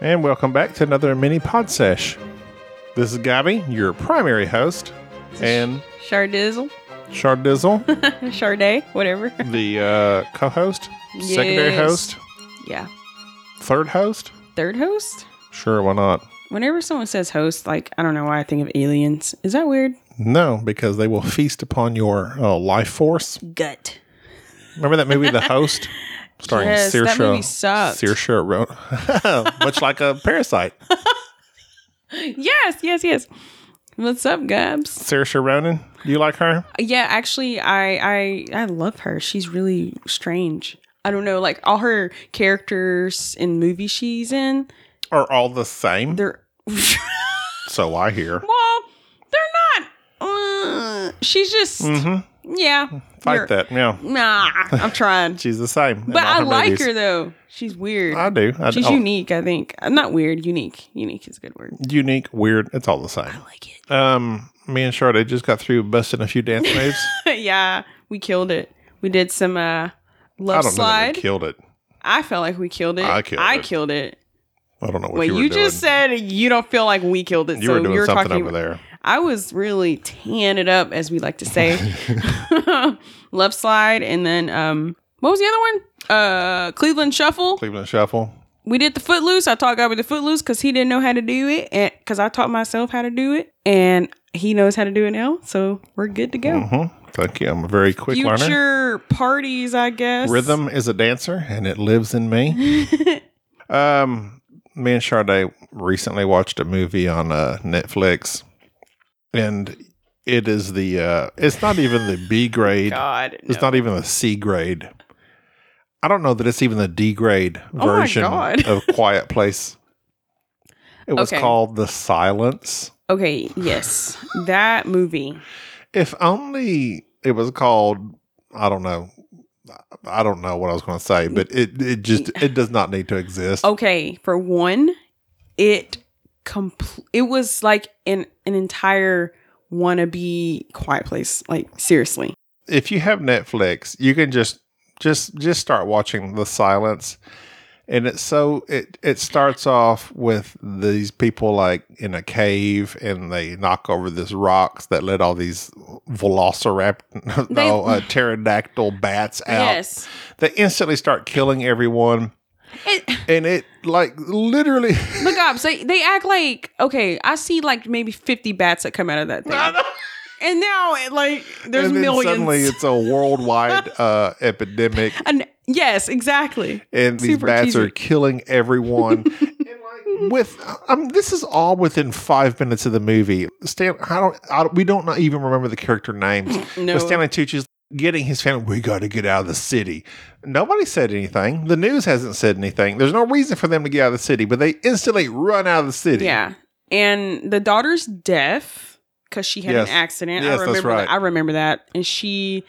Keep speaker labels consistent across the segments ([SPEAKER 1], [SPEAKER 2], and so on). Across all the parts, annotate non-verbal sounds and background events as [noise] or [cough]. [SPEAKER 1] and welcome back to another mini pod sesh. This is Gabby, your primary host, and
[SPEAKER 2] Chardizzle, [laughs]
[SPEAKER 1] Shardizzle,
[SPEAKER 2] Charday, whatever.
[SPEAKER 1] the uh, co host, secondary
[SPEAKER 2] Yes.
[SPEAKER 1] host,
[SPEAKER 2] [laughs] Yeah.
[SPEAKER 1] third host.
[SPEAKER 2] Third host?
[SPEAKER 1] Sure, why not?
[SPEAKER 2] Whenever someone says host, like, I don't know why I think of aliens. Is that weird?
[SPEAKER 1] No, because they will feast upon your uh, life force.
[SPEAKER 2] Gut.
[SPEAKER 1] Remember that movie, The
[SPEAKER 2] [laughs]
[SPEAKER 1] Host, starring
[SPEAKER 2] Yes, that
[SPEAKER 1] Saoirse.
[SPEAKER 2] movie sucked.
[SPEAKER 1] Saoirse Ronan, [laughs] much like a parasite.
[SPEAKER 2] Yes, yes, yes. What's up, Gabs?
[SPEAKER 1] Saoirse Ronan, do you like her?
[SPEAKER 2] Yeah, actually, I I I love her. She's really strange. I don't know, like all her characters in movies she's in,
[SPEAKER 1] Are all the same?
[SPEAKER 2] they're [laughs]
[SPEAKER 1] so I hear.
[SPEAKER 2] well, they're not. Uh, she's just yeah.
[SPEAKER 1] Mm-hmm. Fight
[SPEAKER 2] you're-
[SPEAKER 1] that. Yeah,
[SPEAKER 2] Nah, I'm trying,
[SPEAKER 1] she's the same. in
[SPEAKER 2] but
[SPEAKER 1] all
[SPEAKER 2] I like
[SPEAKER 1] movies.
[SPEAKER 2] her though. She's weird.
[SPEAKER 1] I do. I,
[SPEAKER 2] she's
[SPEAKER 1] oh,
[SPEAKER 2] unique. I think Uh, not weird. Unique. Unique is a good word.
[SPEAKER 1] unique, weird. It's all the same.
[SPEAKER 2] I like it.
[SPEAKER 1] Um, me and Charlotte just got through busting a few
[SPEAKER 2] [laughs]
[SPEAKER 1] dance moves.
[SPEAKER 2] yeah, we killed it. We did some
[SPEAKER 1] I
[SPEAKER 2] uh
[SPEAKER 1] don't know.
[SPEAKER 2] love
[SPEAKER 1] That
[SPEAKER 2] slide.
[SPEAKER 1] we killed it.
[SPEAKER 2] I felt like we killed it.
[SPEAKER 1] I killed
[SPEAKER 2] I
[SPEAKER 1] it.
[SPEAKER 2] killed it.
[SPEAKER 1] I don't know what
[SPEAKER 2] Wait,
[SPEAKER 1] you were
[SPEAKER 2] you
[SPEAKER 1] doing.
[SPEAKER 2] just said you don't feel like we killed it.
[SPEAKER 1] you
[SPEAKER 2] so
[SPEAKER 1] were doing
[SPEAKER 2] you're
[SPEAKER 1] something
[SPEAKER 2] talking
[SPEAKER 1] over there.
[SPEAKER 2] I was really tan it up, as we like
[SPEAKER 1] [laughs]
[SPEAKER 2] to say. [laughs] Love slide, and then um, what was the other one? Uh, Cleveland Shuffle.
[SPEAKER 1] Cleveland Shuffle.
[SPEAKER 2] We did the Footloose. I taught Gabby the Footloose because he didn't know how to do it, and because I taught myself how to do it, and he knows how to do it now, so we're good to go.
[SPEAKER 1] hmm Thank you. I'm a very quick learner.
[SPEAKER 2] Future parties, I guess.
[SPEAKER 1] Rhythm is a dancer, and it lives in me.
[SPEAKER 2] [laughs]
[SPEAKER 1] um, me and Charlotte recently watched a movie on uh, Netflix, and it is the. Uh, it's not even the B grade.
[SPEAKER 2] God, no.
[SPEAKER 1] It's not even the C grade. I don't know that it's even the D grade
[SPEAKER 2] Oh my
[SPEAKER 1] version
[SPEAKER 2] God.
[SPEAKER 1] of Quiet Place. It was
[SPEAKER 2] Okay.
[SPEAKER 1] called The Silence.
[SPEAKER 2] okay. Yes, that movie.
[SPEAKER 1] If only it was called I don't know. I don't know what I was going to say, but it it just it does not need to exist.
[SPEAKER 2] Okay, for one, it compl- it was like an an entire wannabe quiet place. Like seriously.
[SPEAKER 1] If you have Netflix, you can just just just start watching The Silence. And it's so it it starts off with these people like in a cave and they knock over these rocks that let all these velociraptor [laughs]
[SPEAKER 2] They-
[SPEAKER 1] no uh, pterodactyl bats out.
[SPEAKER 2] Yes.
[SPEAKER 1] They instantly start killing everyone
[SPEAKER 2] It,
[SPEAKER 1] and it like literally
[SPEAKER 2] but gobs, they they act like okay. I see like maybe fifty bats that come out of that thing, and now it, like [laughs]
[SPEAKER 1] [laughs]
[SPEAKER 2] there's
[SPEAKER 1] and then
[SPEAKER 2] millions.
[SPEAKER 1] Suddenly, it's a worldwide uh, epidemic,
[SPEAKER 2] and yes, exactly.
[SPEAKER 1] and these
[SPEAKER 2] Super
[SPEAKER 1] bats
[SPEAKER 2] cheesy.
[SPEAKER 1] are killing
[SPEAKER 2] [laughs]
[SPEAKER 1] everyone. and like with, um, this is all within five minutes of the movie. Stan, I don't, I don't we don't not even remember the character
[SPEAKER 2] [laughs]
[SPEAKER 1] names.
[SPEAKER 2] No.
[SPEAKER 1] But Stanley Tucci's getting his family. We got to get out of the city. Nobody said anything. The news hasn't said anything. There's no reason for them to get out of the city, but they instantly run out of the city.
[SPEAKER 2] Yeah, and the daughter's deaf because she had
[SPEAKER 1] Yes.
[SPEAKER 2] an accident.
[SPEAKER 1] Yes,
[SPEAKER 2] I
[SPEAKER 1] that's
[SPEAKER 2] remember
[SPEAKER 1] right.
[SPEAKER 2] that. I remember that, and she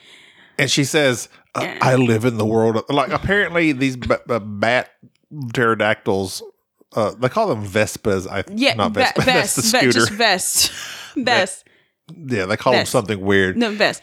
[SPEAKER 1] and she says, "Uh,
[SPEAKER 2] Yeah.
[SPEAKER 1] "I live in the world." Of, like apparently, these b- b- bat pterodactyls. Uh, they call them Vespas. I
[SPEAKER 2] yeah,
[SPEAKER 1] not
[SPEAKER 2] ve-
[SPEAKER 1] Vespa. [laughs] That's
[SPEAKER 2] vest,
[SPEAKER 1] the
[SPEAKER 2] ve-
[SPEAKER 1] scooter. [laughs]
[SPEAKER 2] just vest, vest.
[SPEAKER 1] yeah, they call
[SPEAKER 2] Ves-
[SPEAKER 1] them something weird,
[SPEAKER 2] No, vest.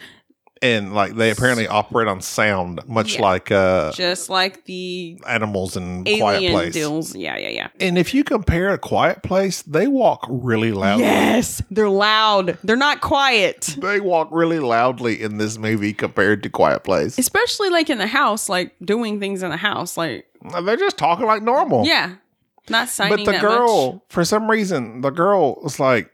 [SPEAKER 1] and like they apparently operate on sound, much
[SPEAKER 2] Yeah.
[SPEAKER 1] like uh,
[SPEAKER 2] Just like the
[SPEAKER 1] animals in Quiet
[SPEAKER 2] alien
[SPEAKER 1] Place.
[SPEAKER 2] deals. Yeah, yeah, yeah.
[SPEAKER 1] And if you compare a Quiet Place, they walk really loudly.
[SPEAKER 2] Yes. They're loud. They're not quiet.
[SPEAKER 1] They walk really loudly in this movie compared to Quiet Place.
[SPEAKER 2] Especially like in the house, like doing things in the house. Like,
[SPEAKER 1] They're just talking like normal.
[SPEAKER 2] yeah. Not signing
[SPEAKER 1] but the
[SPEAKER 2] that
[SPEAKER 1] girl
[SPEAKER 2] much.
[SPEAKER 1] for some reason the girl was like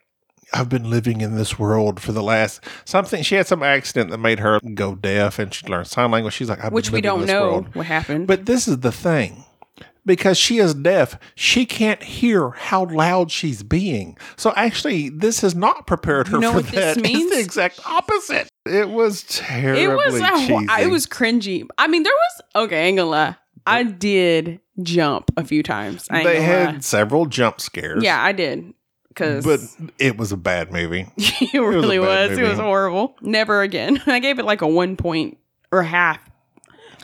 [SPEAKER 1] i've been living in this world for the last something she had some accident that made her go deaf and she learned sign language she's like I've
[SPEAKER 2] Which
[SPEAKER 1] been
[SPEAKER 2] we
[SPEAKER 1] living in
[SPEAKER 2] don't
[SPEAKER 1] this
[SPEAKER 2] know
[SPEAKER 1] world.
[SPEAKER 2] what happened.
[SPEAKER 1] but this is the thing because she is deaf she can't hear how loud she's being so actually this has not prepared her
[SPEAKER 2] You know
[SPEAKER 1] for
[SPEAKER 2] what
[SPEAKER 1] that [laughs]
[SPEAKER 2] this means?
[SPEAKER 1] it's the exact opposite it was terribly
[SPEAKER 2] it was
[SPEAKER 1] cheesy.
[SPEAKER 2] it was cringy. I mean, there was okay, I ain't gonna lie. I did jump a few times. I ain't
[SPEAKER 1] they
[SPEAKER 2] gonna
[SPEAKER 1] had
[SPEAKER 2] lie.
[SPEAKER 1] several jump scares
[SPEAKER 2] Yeah, I did. Cause
[SPEAKER 1] but it was a bad movie
[SPEAKER 2] [laughs] it
[SPEAKER 1] was a
[SPEAKER 2] really
[SPEAKER 1] bad
[SPEAKER 2] was. It
[SPEAKER 1] movie.
[SPEAKER 2] was horrible. Never again. [laughs] I gave it like a one point or half.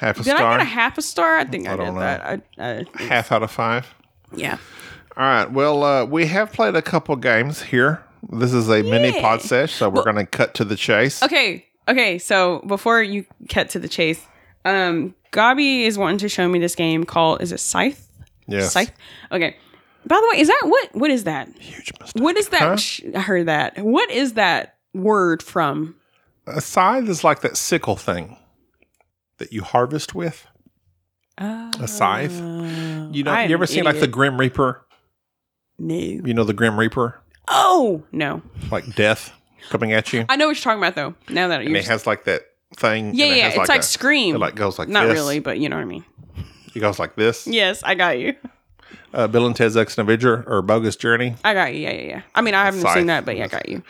[SPEAKER 1] half a
[SPEAKER 2] Did
[SPEAKER 1] star
[SPEAKER 2] I get a half a star? I think
[SPEAKER 1] I
[SPEAKER 2] I,
[SPEAKER 1] don't
[SPEAKER 2] did
[SPEAKER 1] know.
[SPEAKER 2] that. I, I,
[SPEAKER 1] half out of five.
[SPEAKER 2] yeah.
[SPEAKER 1] All right. Well, uh, we have played a couple games here. This is a mini
[SPEAKER 2] Yay.
[SPEAKER 1] pod sesh, so we're going to cut to the chase.
[SPEAKER 2] Okay. Okay. So before you cut to the chase, um, Gabi is wanting to show me this game called is it Scythe?
[SPEAKER 1] Yes.
[SPEAKER 2] Scythe. Okay. By the way, is that what? What is that?
[SPEAKER 1] Huge mistake.
[SPEAKER 2] What is that?
[SPEAKER 1] Huh?
[SPEAKER 2] Sh- I heard that. What is that word from?
[SPEAKER 1] A scythe is like that sickle thing that you harvest with.
[SPEAKER 2] A
[SPEAKER 1] scythe? You know, you ever seen like the Grim Reaper?
[SPEAKER 2] no?
[SPEAKER 1] You know the Grim Reaper,
[SPEAKER 2] Oh no,
[SPEAKER 1] like death coming at you,
[SPEAKER 2] I know what you're talking about though. Now that
[SPEAKER 1] and
[SPEAKER 2] you're,
[SPEAKER 1] it has like that thing.
[SPEAKER 2] yeah,
[SPEAKER 1] and it
[SPEAKER 2] yeah,
[SPEAKER 1] has
[SPEAKER 2] it's like,
[SPEAKER 1] a-
[SPEAKER 2] scream.
[SPEAKER 1] It like goes like
[SPEAKER 2] Not
[SPEAKER 1] this.
[SPEAKER 2] really, but you know what I mean.
[SPEAKER 1] It goes like this.
[SPEAKER 2] Yes, I got you.
[SPEAKER 1] Uh, Bill and Ted's Excellent Adventure or Bogus Journey.
[SPEAKER 2] I got you. Yeah, yeah, yeah. I mean, I haven't
[SPEAKER 1] Scythe.
[SPEAKER 2] seen that, but yeah, I got you.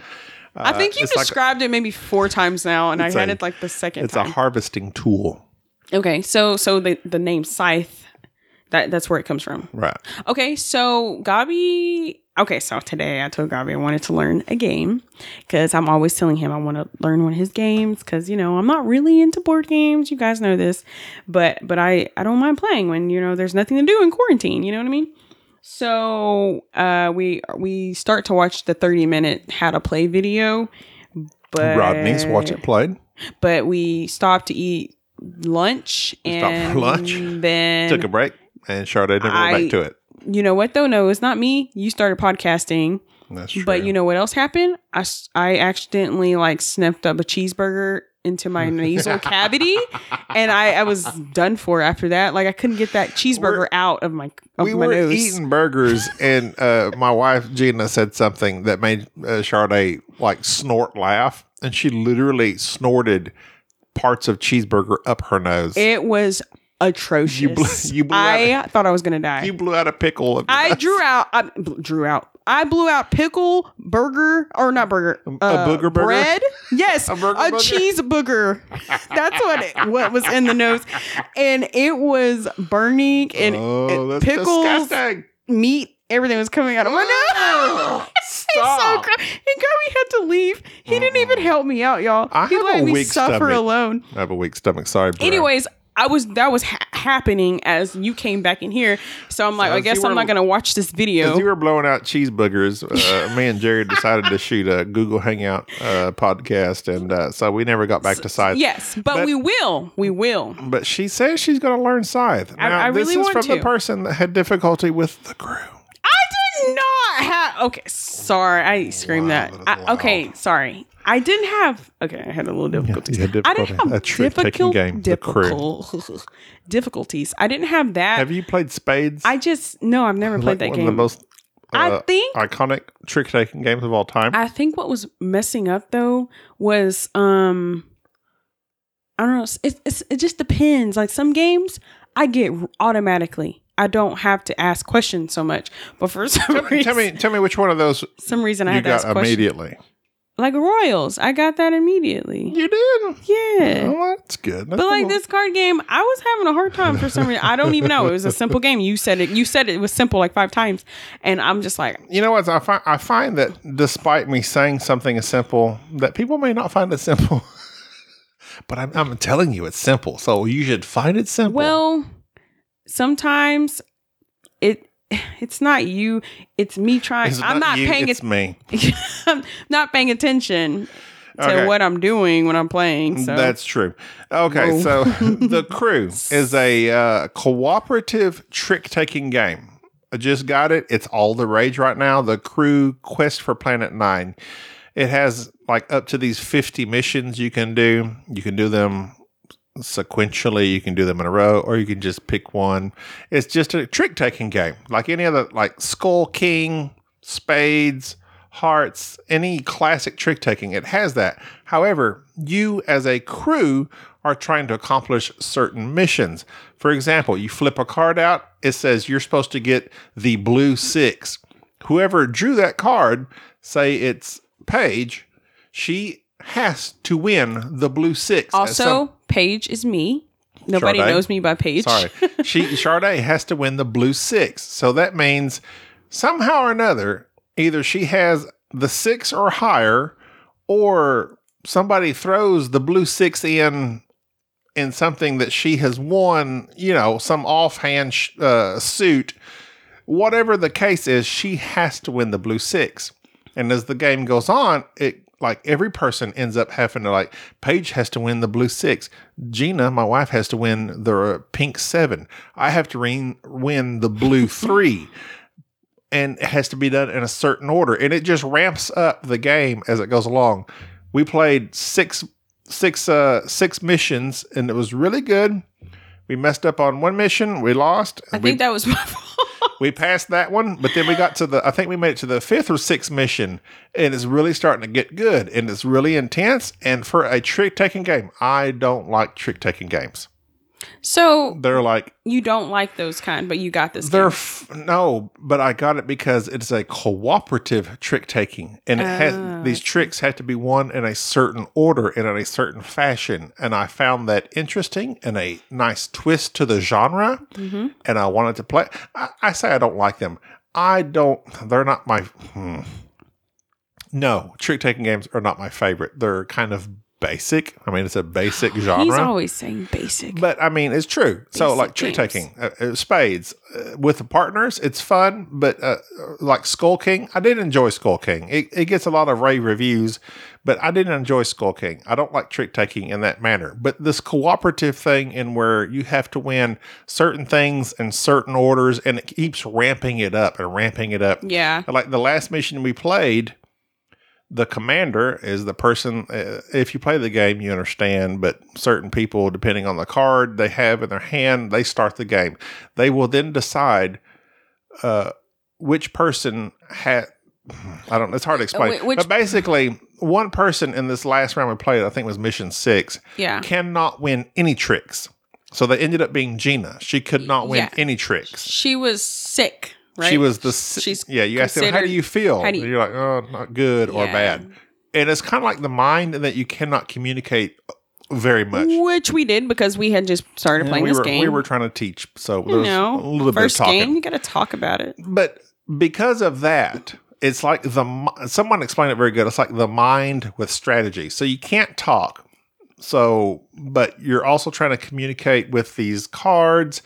[SPEAKER 2] I
[SPEAKER 1] Uh,
[SPEAKER 2] think you
[SPEAKER 1] it's like a-
[SPEAKER 2] described it maybe four times now, and I
[SPEAKER 1] It's
[SPEAKER 2] had
[SPEAKER 1] a-
[SPEAKER 2] it like the second
[SPEAKER 1] It's a
[SPEAKER 2] time.
[SPEAKER 1] harvesting tool,
[SPEAKER 2] okay, so so the the name scythe, that that's where it comes from.
[SPEAKER 1] right?
[SPEAKER 2] Okay, so Gabi. Okay, so today I told Gabi I wanted to learn a game because I'm always telling him I want to learn one of his games because you know I'm not really into board games. You guys know this, but but I I don't mind playing when you know there's nothing to do in quarantine. You know what I mean? So uh, we we start to watch the 30 minute how to play video, but
[SPEAKER 1] Rodney's watch it played.
[SPEAKER 2] But we stopped to eat lunch
[SPEAKER 1] We stopped
[SPEAKER 2] and
[SPEAKER 1] for lunch,
[SPEAKER 2] Then
[SPEAKER 1] Took a break, and Sade never
[SPEAKER 2] I-
[SPEAKER 1] went back to it.
[SPEAKER 2] you know what though? No, it's not me. You started podcasting,
[SPEAKER 1] That's true.
[SPEAKER 2] but you know what else happened? I, s- I accidentally like sniffed up a cheeseburger into
[SPEAKER 1] [laughs]
[SPEAKER 2] my nasal cavity, and I, I was done for after that. Like I couldn't get that cheeseburger
[SPEAKER 1] We're-
[SPEAKER 2] out of my of
[SPEAKER 1] we
[SPEAKER 2] my
[SPEAKER 1] were
[SPEAKER 2] nose.
[SPEAKER 1] eating
[SPEAKER 2] [laughs]
[SPEAKER 1] burgers, and uh, my wife Gina said something that made uh, Sade like snort laugh, and she literally snorted parts of cheeseburger up her nose.
[SPEAKER 2] It was atrocious.
[SPEAKER 1] You blew- you blew out
[SPEAKER 2] I thought I was gonna die.
[SPEAKER 1] you blew out a pickle. Of your
[SPEAKER 2] I
[SPEAKER 1] nose.
[SPEAKER 2] drew out. I bl- drew out. I blew out pickle burger or not burger. uh,
[SPEAKER 1] booger burger? [laughs]
[SPEAKER 2] bread. Yes,
[SPEAKER 1] A
[SPEAKER 2] a,
[SPEAKER 1] burger booger?
[SPEAKER 2] cheese booger. That's what it, what was in the nose, and it was burning and
[SPEAKER 1] Oh,
[SPEAKER 2] and
[SPEAKER 1] that's
[SPEAKER 2] pickles,
[SPEAKER 1] disgusting!
[SPEAKER 2] meat, everything was coming out of my nose. [laughs]
[SPEAKER 1] [laughs] Ugh,
[SPEAKER 2] It's so
[SPEAKER 1] Stop. Uh-huh.
[SPEAKER 2] cr- and Kirby had to leave. He didn't even help me out, y'all.
[SPEAKER 1] I
[SPEAKER 2] he
[SPEAKER 1] have
[SPEAKER 2] let
[SPEAKER 1] a
[SPEAKER 2] me
[SPEAKER 1] weak
[SPEAKER 2] suffer
[SPEAKER 1] stomach.
[SPEAKER 2] alone.
[SPEAKER 1] I have a weak stomach. Sorry. Brian.
[SPEAKER 2] Anyways, I was that was ha- happening as you came back in here, so I'm like, I
[SPEAKER 1] as
[SPEAKER 2] guess
[SPEAKER 1] you
[SPEAKER 2] I'm
[SPEAKER 1] were-
[SPEAKER 2] not gonna watch this video.
[SPEAKER 1] As you were blowing out cheeseburgers, uh,
[SPEAKER 2] [laughs]
[SPEAKER 1] me and Jared decided to shoot a Google Hangout uh, podcast, and uh, so we never got back to scythe.
[SPEAKER 2] Yes, but, we will. We will.
[SPEAKER 1] But she says she's going to learn scythe.
[SPEAKER 2] I-
[SPEAKER 1] Now,
[SPEAKER 2] I
[SPEAKER 1] this
[SPEAKER 2] really
[SPEAKER 1] is
[SPEAKER 2] want
[SPEAKER 1] from the
[SPEAKER 2] to.
[SPEAKER 1] person that had difficulty with the crew.
[SPEAKER 2] I did not have. Okay, sorry. I screamed
[SPEAKER 1] Wow,
[SPEAKER 2] that.
[SPEAKER 1] that is
[SPEAKER 2] I, okay, sorry. I didn't have. Okay, I had a little difficulty.
[SPEAKER 1] you had
[SPEAKER 2] I didn't
[SPEAKER 1] difficulty.
[SPEAKER 2] have
[SPEAKER 1] A trick-taking
[SPEAKER 2] difficult,
[SPEAKER 1] game, The Crew.
[SPEAKER 2] difficult- difficulties. I didn't have that.
[SPEAKER 1] Have you played spades?
[SPEAKER 2] I just no. I've never
[SPEAKER 1] Like
[SPEAKER 2] played that
[SPEAKER 1] one
[SPEAKER 2] game.
[SPEAKER 1] of the most
[SPEAKER 2] I
[SPEAKER 1] uh,
[SPEAKER 2] think.
[SPEAKER 1] iconic trick taking games of all time.
[SPEAKER 2] I think what was messing up though was um. I don't know. It's, it's it just depends. Like some games, I get automatically. I don't have to ask questions so much. But for [laughs] some
[SPEAKER 1] tell, me,
[SPEAKER 2] reason,
[SPEAKER 1] tell me, tell me which one of
[SPEAKER 2] [laughs]
[SPEAKER 1] those
[SPEAKER 2] some reason I
[SPEAKER 1] you
[SPEAKER 2] had to ask
[SPEAKER 1] got
[SPEAKER 2] questions.
[SPEAKER 1] immediately.
[SPEAKER 2] Like Royals, I got that immediately.
[SPEAKER 1] You did.
[SPEAKER 2] Yeah.
[SPEAKER 1] Well, that's good. Oh, That's
[SPEAKER 2] But like
[SPEAKER 1] a-
[SPEAKER 2] this card game, I was having a hard time for some reason. I don't even know. It was a simple game. You said it. You said it was simple like five times, and I'm just like,
[SPEAKER 1] you know what? I find I find that despite me saying something is simple, that people may not find it simple. [laughs] but I'm, I'm telling you, it's simple, so you should find it simple.
[SPEAKER 2] well, sometimes it it's not you, it's me trying.
[SPEAKER 1] It's
[SPEAKER 2] I'm not
[SPEAKER 1] you,
[SPEAKER 2] paying
[SPEAKER 1] It's
[SPEAKER 2] it.
[SPEAKER 1] me.
[SPEAKER 2] [laughs] I'm not paying attention to
[SPEAKER 1] Okay.
[SPEAKER 2] what I'm doing when I'm playing. So
[SPEAKER 1] That's true. Okay,
[SPEAKER 2] Whoa.
[SPEAKER 1] so [laughs] The Crew is a uh, cooperative trick taking game. I just got it. It's all the rage right now. The Crew Quest for Planet Nine. It has like up to these 50 missions you can do. You can do them sequentially, you can do them in a row, or you can just pick one. It's just a trick taking game, like any other, like Skull King, Spades, Hearts, any classic trick taking. It has that. However, you as a crew are trying to accomplish certain missions. For example, you flip a card out, it says you're supposed to get the blue six. Whoever drew that card, say it's Paige, she has to win the blue six. at
[SPEAKER 2] also,
[SPEAKER 1] some-
[SPEAKER 2] Paige is me. Nobody
[SPEAKER 1] Sade?
[SPEAKER 2] knows me by Paige.
[SPEAKER 1] Sorry. She Sade has to win the blue six. So that means somehow or another, either she has the six or higher, or somebody throws the blue six in in something that she has won, you know, some offhand sh- uh, suit. Whatever the case is, she has to win the blue six. And as the game goes on, it like every person ends up having to like Paige has to win the blue six. Gina, my wife, has to win the pink seven. I have to re- win the blue three. and it has to be done in a certain order and it just ramps up the game as it goes along we played six six uh six missions and it was really good we messed up on one mission we lost
[SPEAKER 2] I
[SPEAKER 1] we,
[SPEAKER 2] think that was [laughs] my fault.
[SPEAKER 1] we passed that one but then we got to the i think we made it to the fifth or sixth mission and it's really starting to get good and it's really intense and for a trick taking game i don't like trick taking games
[SPEAKER 2] So
[SPEAKER 1] they're like
[SPEAKER 2] you don't like those kind, but you got this.
[SPEAKER 1] They're
[SPEAKER 2] game.
[SPEAKER 1] f- no, but I got it because it's a cooperative trick taking, and it
[SPEAKER 2] Oh,
[SPEAKER 1] has these tricks have to be won in a certain order and in a certain fashion. And I found that interesting and a nice twist to the genre.
[SPEAKER 2] Mhm.
[SPEAKER 1] And I wanted to play. I, I say I don't like them. I don't. They're not my. Hmm. No, trick taking games are not my favorite. They're kind of basic. I mean, it's a basic genre.
[SPEAKER 2] He's always saying basic.
[SPEAKER 1] But I mean, it's true. so
[SPEAKER 2] Basic
[SPEAKER 1] like trick
[SPEAKER 2] games.
[SPEAKER 1] taking, uh, uh, spades uh, with the partners, it's fun. But uh, uh, like Skull King, I did enjoy Skull King. It, it gets a lot of rave reviews, but I didn't enjoy Skull King. I don't like trick taking in that manner. But this cooperative thing, in where you have to win certain things in certain orders, and it keeps ramping it up and ramping it up
[SPEAKER 2] yeah.
[SPEAKER 1] like the last mission we played the commander is the person uh, if you play the game you understand but certain people depending on the card they have in their hand they start the game they will then decide uh, which person had i don't it's hard to explain
[SPEAKER 2] Wh- which-
[SPEAKER 1] but basically one person in this last round we played i think it was mission six
[SPEAKER 2] Yeah.
[SPEAKER 1] cannot win any tricks so they ended up being gina she could not win
[SPEAKER 2] Yeah.
[SPEAKER 1] any tricks
[SPEAKER 2] She was sick, right?
[SPEAKER 1] she was the s-
[SPEAKER 2] She's
[SPEAKER 1] yeah. You asked them how do
[SPEAKER 2] considered-
[SPEAKER 1] you feel?
[SPEAKER 2] how do you-
[SPEAKER 1] and you're like, oh, not good or
[SPEAKER 2] Yeah.
[SPEAKER 1] bad. And it's kind of like the mind in that you cannot communicate very much.
[SPEAKER 2] Which we did because we had just started
[SPEAKER 1] And
[SPEAKER 2] playing
[SPEAKER 1] we
[SPEAKER 2] this
[SPEAKER 1] were
[SPEAKER 2] game.
[SPEAKER 1] we were trying to teach, so there
[SPEAKER 2] you
[SPEAKER 1] was
[SPEAKER 2] know,
[SPEAKER 1] a little bit of
[SPEAKER 2] first
[SPEAKER 1] talking.
[SPEAKER 2] game, you got to talk about it.
[SPEAKER 1] But because of that, it's like the mi- someone explained it very good. It's like the mind with strategy. So you can't talk. So, but you're also trying to communicate with these cards,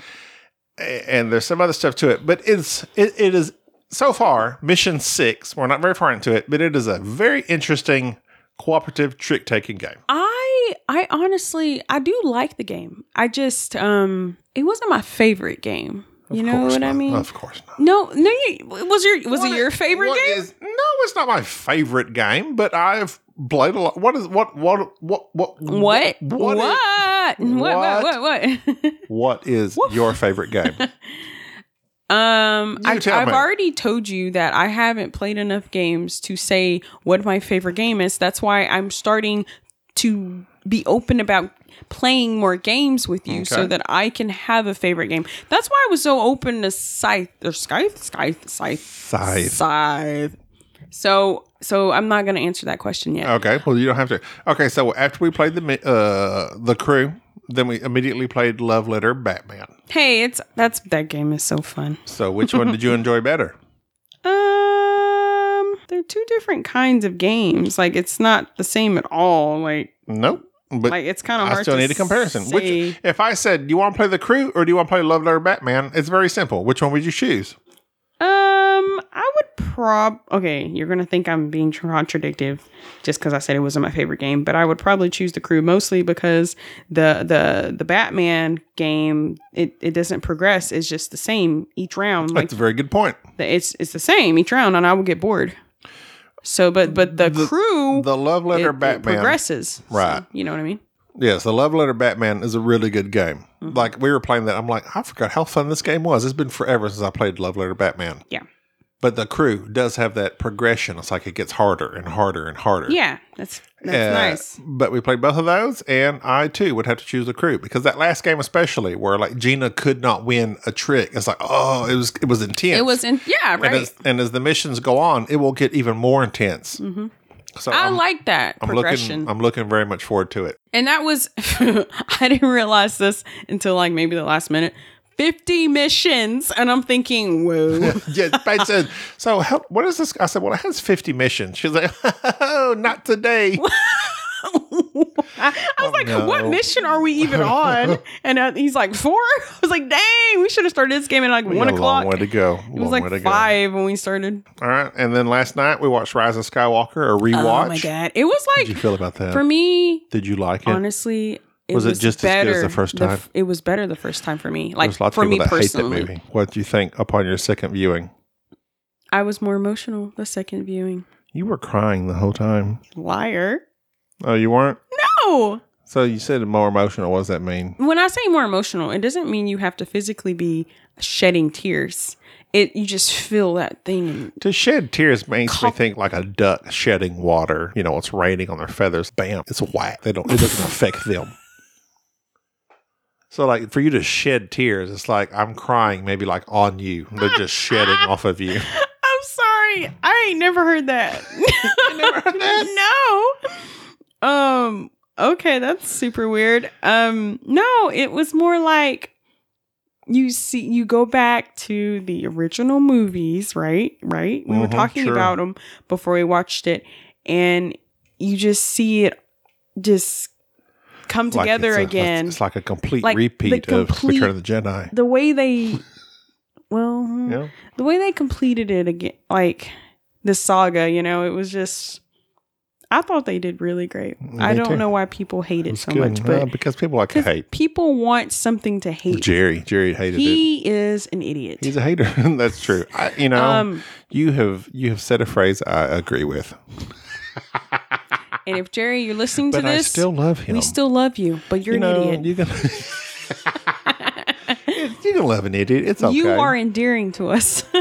[SPEAKER 1] a- and there's some other stuff to it. But it's it, it is so far mission six. We're not very far into it, but it is a very interesting cooperative trick taking game.
[SPEAKER 2] I I honestly I do like the game. I just um it wasn't my favorite game. You
[SPEAKER 1] Of
[SPEAKER 2] know
[SPEAKER 1] course
[SPEAKER 2] what I
[SPEAKER 1] not.
[SPEAKER 2] mean?
[SPEAKER 1] Of course not.
[SPEAKER 2] No, no. You, was your was
[SPEAKER 1] What
[SPEAKER 2] it your
[SPEAKER 1] is-
[SPEAKER 2] favorite
[SPEAKER 1] what
[SPEAKER 2] game?
[SPEAKER 1] is- no, it's not my favorite game, but I've played a lot. What is what what what what
[SPEAKER 2] what?
[SPEAKER 1] what
[SPEAKER 2] What?
[SPEAKER 1] is-
[SPEAKER 2] What? What? What? What? [laughs]
[SPEAKER 1] what is
[SPEAKER 2] Woof.
[SPEAKER 1] your favorite
[SPEAKER 2] [laughs]
[SPEAKER 1] game?
[SPEAKER 2] um,
[SPEAKER 1] You
[SPEAKER 2] I, I've
[SPEAKER 1] tell me.
[SPEAKER 2] already told you that I haven't played enough games to say what my favorite game is. That's why I'm starting to be open about playing more games with you so
[SPEAKER 1] Okay.
[SPEAKER 2] that I can have a favorite game. That's why I was so open to Scythe or Scythe, Scythe, Scythe,
[SPEAKER 1] Scythe.
[SPEAKER 2] Scythe. So, so I'm not going to answer that question yet.
[SPEAKER 1] Okay, well you don't have to. Okay, so after we played the mi- uh the crew, then we immediately played Love Letter Batman.
[SPEAKER 2] Hey, it's that's that game is so fun.
[SPEAKER 1] So which one
[SPEAKER 2] [laughs]
[SPEAKER 1] did you enjoy better?
[SPEAKER 2] Um, they're two different kinds of games. Like it's not the same at all. Like
[SPEAKER 1] Nope. But
[SPEAKER 2] like it's kind of hard.
[SPEAKER 1] I still
[SPEAKER 2] to
[SPEAKER 1] need a comparison.
[SPEAKER 2] say.
[SPEAKER 1] Which if I said, "Do you want to play the crew or do you want to play Love Letter Batman?" It's very simple. Which one would you choose?
[SPEAKER 2] um, I would prob. Okay, you're gonna think I'm being contradictive, just because I said it wasn't my favorite game. But I would probably choose the crew mostly because the the the Batman game it it doesn't progress. It's just the same each round. Like
[SPEAKER 1] That's a very good point.
[SPEAKER 2] the, it's it's the same each round, and I would get bored. So, but but the,
[SPEAKER 1] The-
[SPEAKER 2] crew
[SPEAKER 1] The Love
[SPEAKER 2] it-
[SPEAKER 1] Letter
[SPEAKER 2] it
[SPEAKER 1] Batman.
[SPEAKER 2] progresses. So,
[SPEAKER 1] Right.
[SPEAKER 2] you know what I mean.
[SPEAKER 1] Yes, the Love Letter Batman is a really good game.
[SPEAKER 2] Mm-hmm.
[SPEAKER 1] Like we were playing that, I'm like, I forgot how fun this game was. It's been forever since I played Love Letter Batman.
[SPEAKER 2] Yeah.
[SPEAKER 1] But the crew does have that progression. It's like it gets harder and harder and harder.
[SPEAKER 2] Yeah, that's that's
[SPEAKER 1] Uh,
[SPEAKER 2] nice.
[SPEAKER 1] But we played both of those, and I too would have to choose the crew because that last game, especially where like Gina could not win a trick, it's like oh, it was it was intense.
[SPEAKER 2] It was in yeah
[SPEAKER 1] and
[SPEAKER 2] right.
[SPEAKER 1] as, and as the missions go on, it will get even more intense.
[SPEAKER 2] hmm
[SPEAKER 1] So
[SPEAKER 2] I
[SPEAKER 1] I'm-
[SPEAKER 2] like that
[SPEAKER 1] I'm
[SPEAKER 2] progression,
[SPEAKER 1] looking. I'm looking very much forward to it.
[SPEAKER 2] and that was [laughs] I didn't realize this until like maybe the last minute. Fifty missions, and I'm
[SPEAKER 1] [laughs]
[SPEAKER 2] thinking, whoa.
[SPEAKER 1] yeah, Paige said, so how, what is this? I said, well, it has 50 missions. She's like, oh, not
[SPEAKER 2] [laughs]
[SPEAKER 1] today.
[SPEAKER 2] I, I was like,
[SPEAKER 1] Oh, no.
[SPEAKER 2] "What mission are
[SPEAKER 1] [laughs]
[SPEAKER 2] we even on?" And uh, he's like, four? [laughs] I was like, "Dang, we should have started this game at like
[SPEAKER 1] We
[SPEAKER 2] one
[SPEAKER 1] got a
[SPEAKER 2] o'clock."
[SPEAKER 1] Long way to go.
[SPEAKER 2] It
[SPEAKER 1] long
[SPEAKER 2] was
[SPEAKER 1] way to
[SPEAKER 2] like
[SPEAKER 1] go.
[SPEAKER 2] five when we started.
[SPEAKER 1] All right. And then last night we watched Rise of Skywalker, a rewatch.
[SPEAKER 2] Oh my god, it was
[SPEAKER 1] How did you
[SPEAKER 2] like
[SPEAKER 1] feel about that?
[SPEAKER 2] for me,
[SPEAKER 1] did you like it?
[SPEAKER 2] honestly it
[SPEAKER 1] Was
[SPEAKER 2] was,
[SPEAKER 1] it just as good as
[SPEAKER 2] better
[SPEAKER 1] the first
[SPEAKER 2] f-
[SPEAKER 1] time?
[SPEAKER 2] it was better the first time for me like
[SPEAKER 1] There's lots
[SPEAKER 2] for
[SPEAKER 1] of people that
[SPEAKER 2] me personally
[SPEAKER 1] hate that movie. What do you think upon your second viewing?
[SPEAKER 2] I was more emotional the second viewing.
[SPEAKER 1] You were crying the whole time.
[SPEAKER 2] Liar. Oh,
[SPEAKER 1] Oh, you weren't?
[SPEAKER 2] No.
[SPEAKER 1] So you said more emotional. What does that mean?
[SPEAKER 2] When I say more emotional, it doesn't mean you have to physically be shedding tears. It you just feel that thing.
[SPEAKER 1] To shed tears makes
[SPEAKER 2] Col-
[SPEAKER 1] me think like a duck shedding water. You know, it's raining on their feathers. Bam, it's whack. They don't. It doesn't affect them. So, like for you to shed tears, it's like I'm crying, maybe like on you. They're just shedding off of
[SPEAKER 2] [laughs]
[SPEAKER 1] you.
[SPEAKER 2] I'm sorry. I ain't never
[SPEAKER 1] [laughs]
[SPEAKER 2] heard that.
[SPEAKER 1] never heard
[SPEAKER 2] [laughs] No. Um okay, that's super weird. Um no, it was more like you see you go back to the original movies, right? Right? We were
[SPEAKER 1] Mhm,
[SPEAKER 2] talking
[SPEAKER 1] sure.
[SPEAKER 2] about them before we watched it and you just see it just come
[SPEAKER 1] Like,
[SPEAKER 2] together
[SPEAKER 1] it's a-
[SPEAKER 2] again.
[SPEAKER 1] It's like a complete
[SPEAKER 2] Like, the
[SPEAKER 1] repeat
[SPEAKER 2] complete-
[SPEAKER 1] of Return of the Jedi.
[SPEAKER 2] the
[SPEAKER 1] [laughs]
[SPEAKER 2] way they well, hmm,
[SPEAKER 1] Yeah,
[SPEAKER 2] the way they completed it again, like the saga, you know, it was just. I thought they did really great.
[SPEAKER 1] Me
[SPEAKER 2] I don't
[SPEAKER 1] too.
[SPEAKER 2] know why people hate it
[SPEAKER 1] It's
[SPEAKER 2] so
[SPEAKER 1] good.
[SPEAKER 2] much,
[SPEAKER 1] No,
[SPEAKER 2] but
[SPEAKER 1] because people like to
[SPEAKER 2] 'cause
[SPEAKER 1] hate
[SPEAKER 2] people want something to hate.
[SPEAKER 1] Jerry. Jerry hated it.
[SPEAKER 2] He is an idiot.
[SPEAKER 1] He's a hater. [laughs] That's true. I, you know,
[SPEAKER 2] um,
[SPEAKER 1] you have you have said a phrase I agree with,
[SPEAKER 2] and if Jerry, you're listening to
[SPEAKER 1] but I
[SPEAKER 2] this,
[SPEAKER 1] still love him.
[SPEAKER 2] we still love you, but you're
[SPEAKER 1] you
[SPEAKER 2] an
[SPEAKER 1] know,
[SPEAKER 2] idiot.
[SPEAKER 1] You can,
[SPEAKER 2] [laughs]
[SPEAKER 1] you can [laughs] love an idiot. It's okay.
[SPEAKER 2] You are endearing to us. [laughs]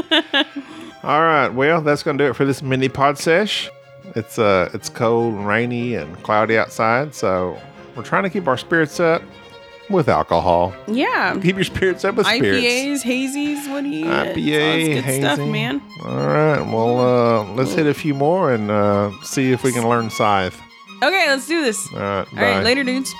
[SPEAKER 1] All right. Well, that's going to do it for this mini pod sesh. It's uh, it's cold and rainy and cloudy outside, so we're trying to keep our spirits up with alcohol. [laughs]
[SPEAKER 2] yeah.
[SPEAKER 1] Keep your spirits up with spirits.
[SPEAKER 2] IPAs, hazies, what do you
[SPEAKER 1] IPA,
[SPEAKER 2] it's all this good stuff,
[SPEAKER 1] hazy.
[SPEAKER 2] man.
[SPEAKER 1] All right. Well, uh, let's hit a few more and uh, see if we can learn scythe.
[SPEAKER 2] Okay, let's do this.
[SPEAKER 1] All right.
[SPEAKER 2] All right, later, dudes.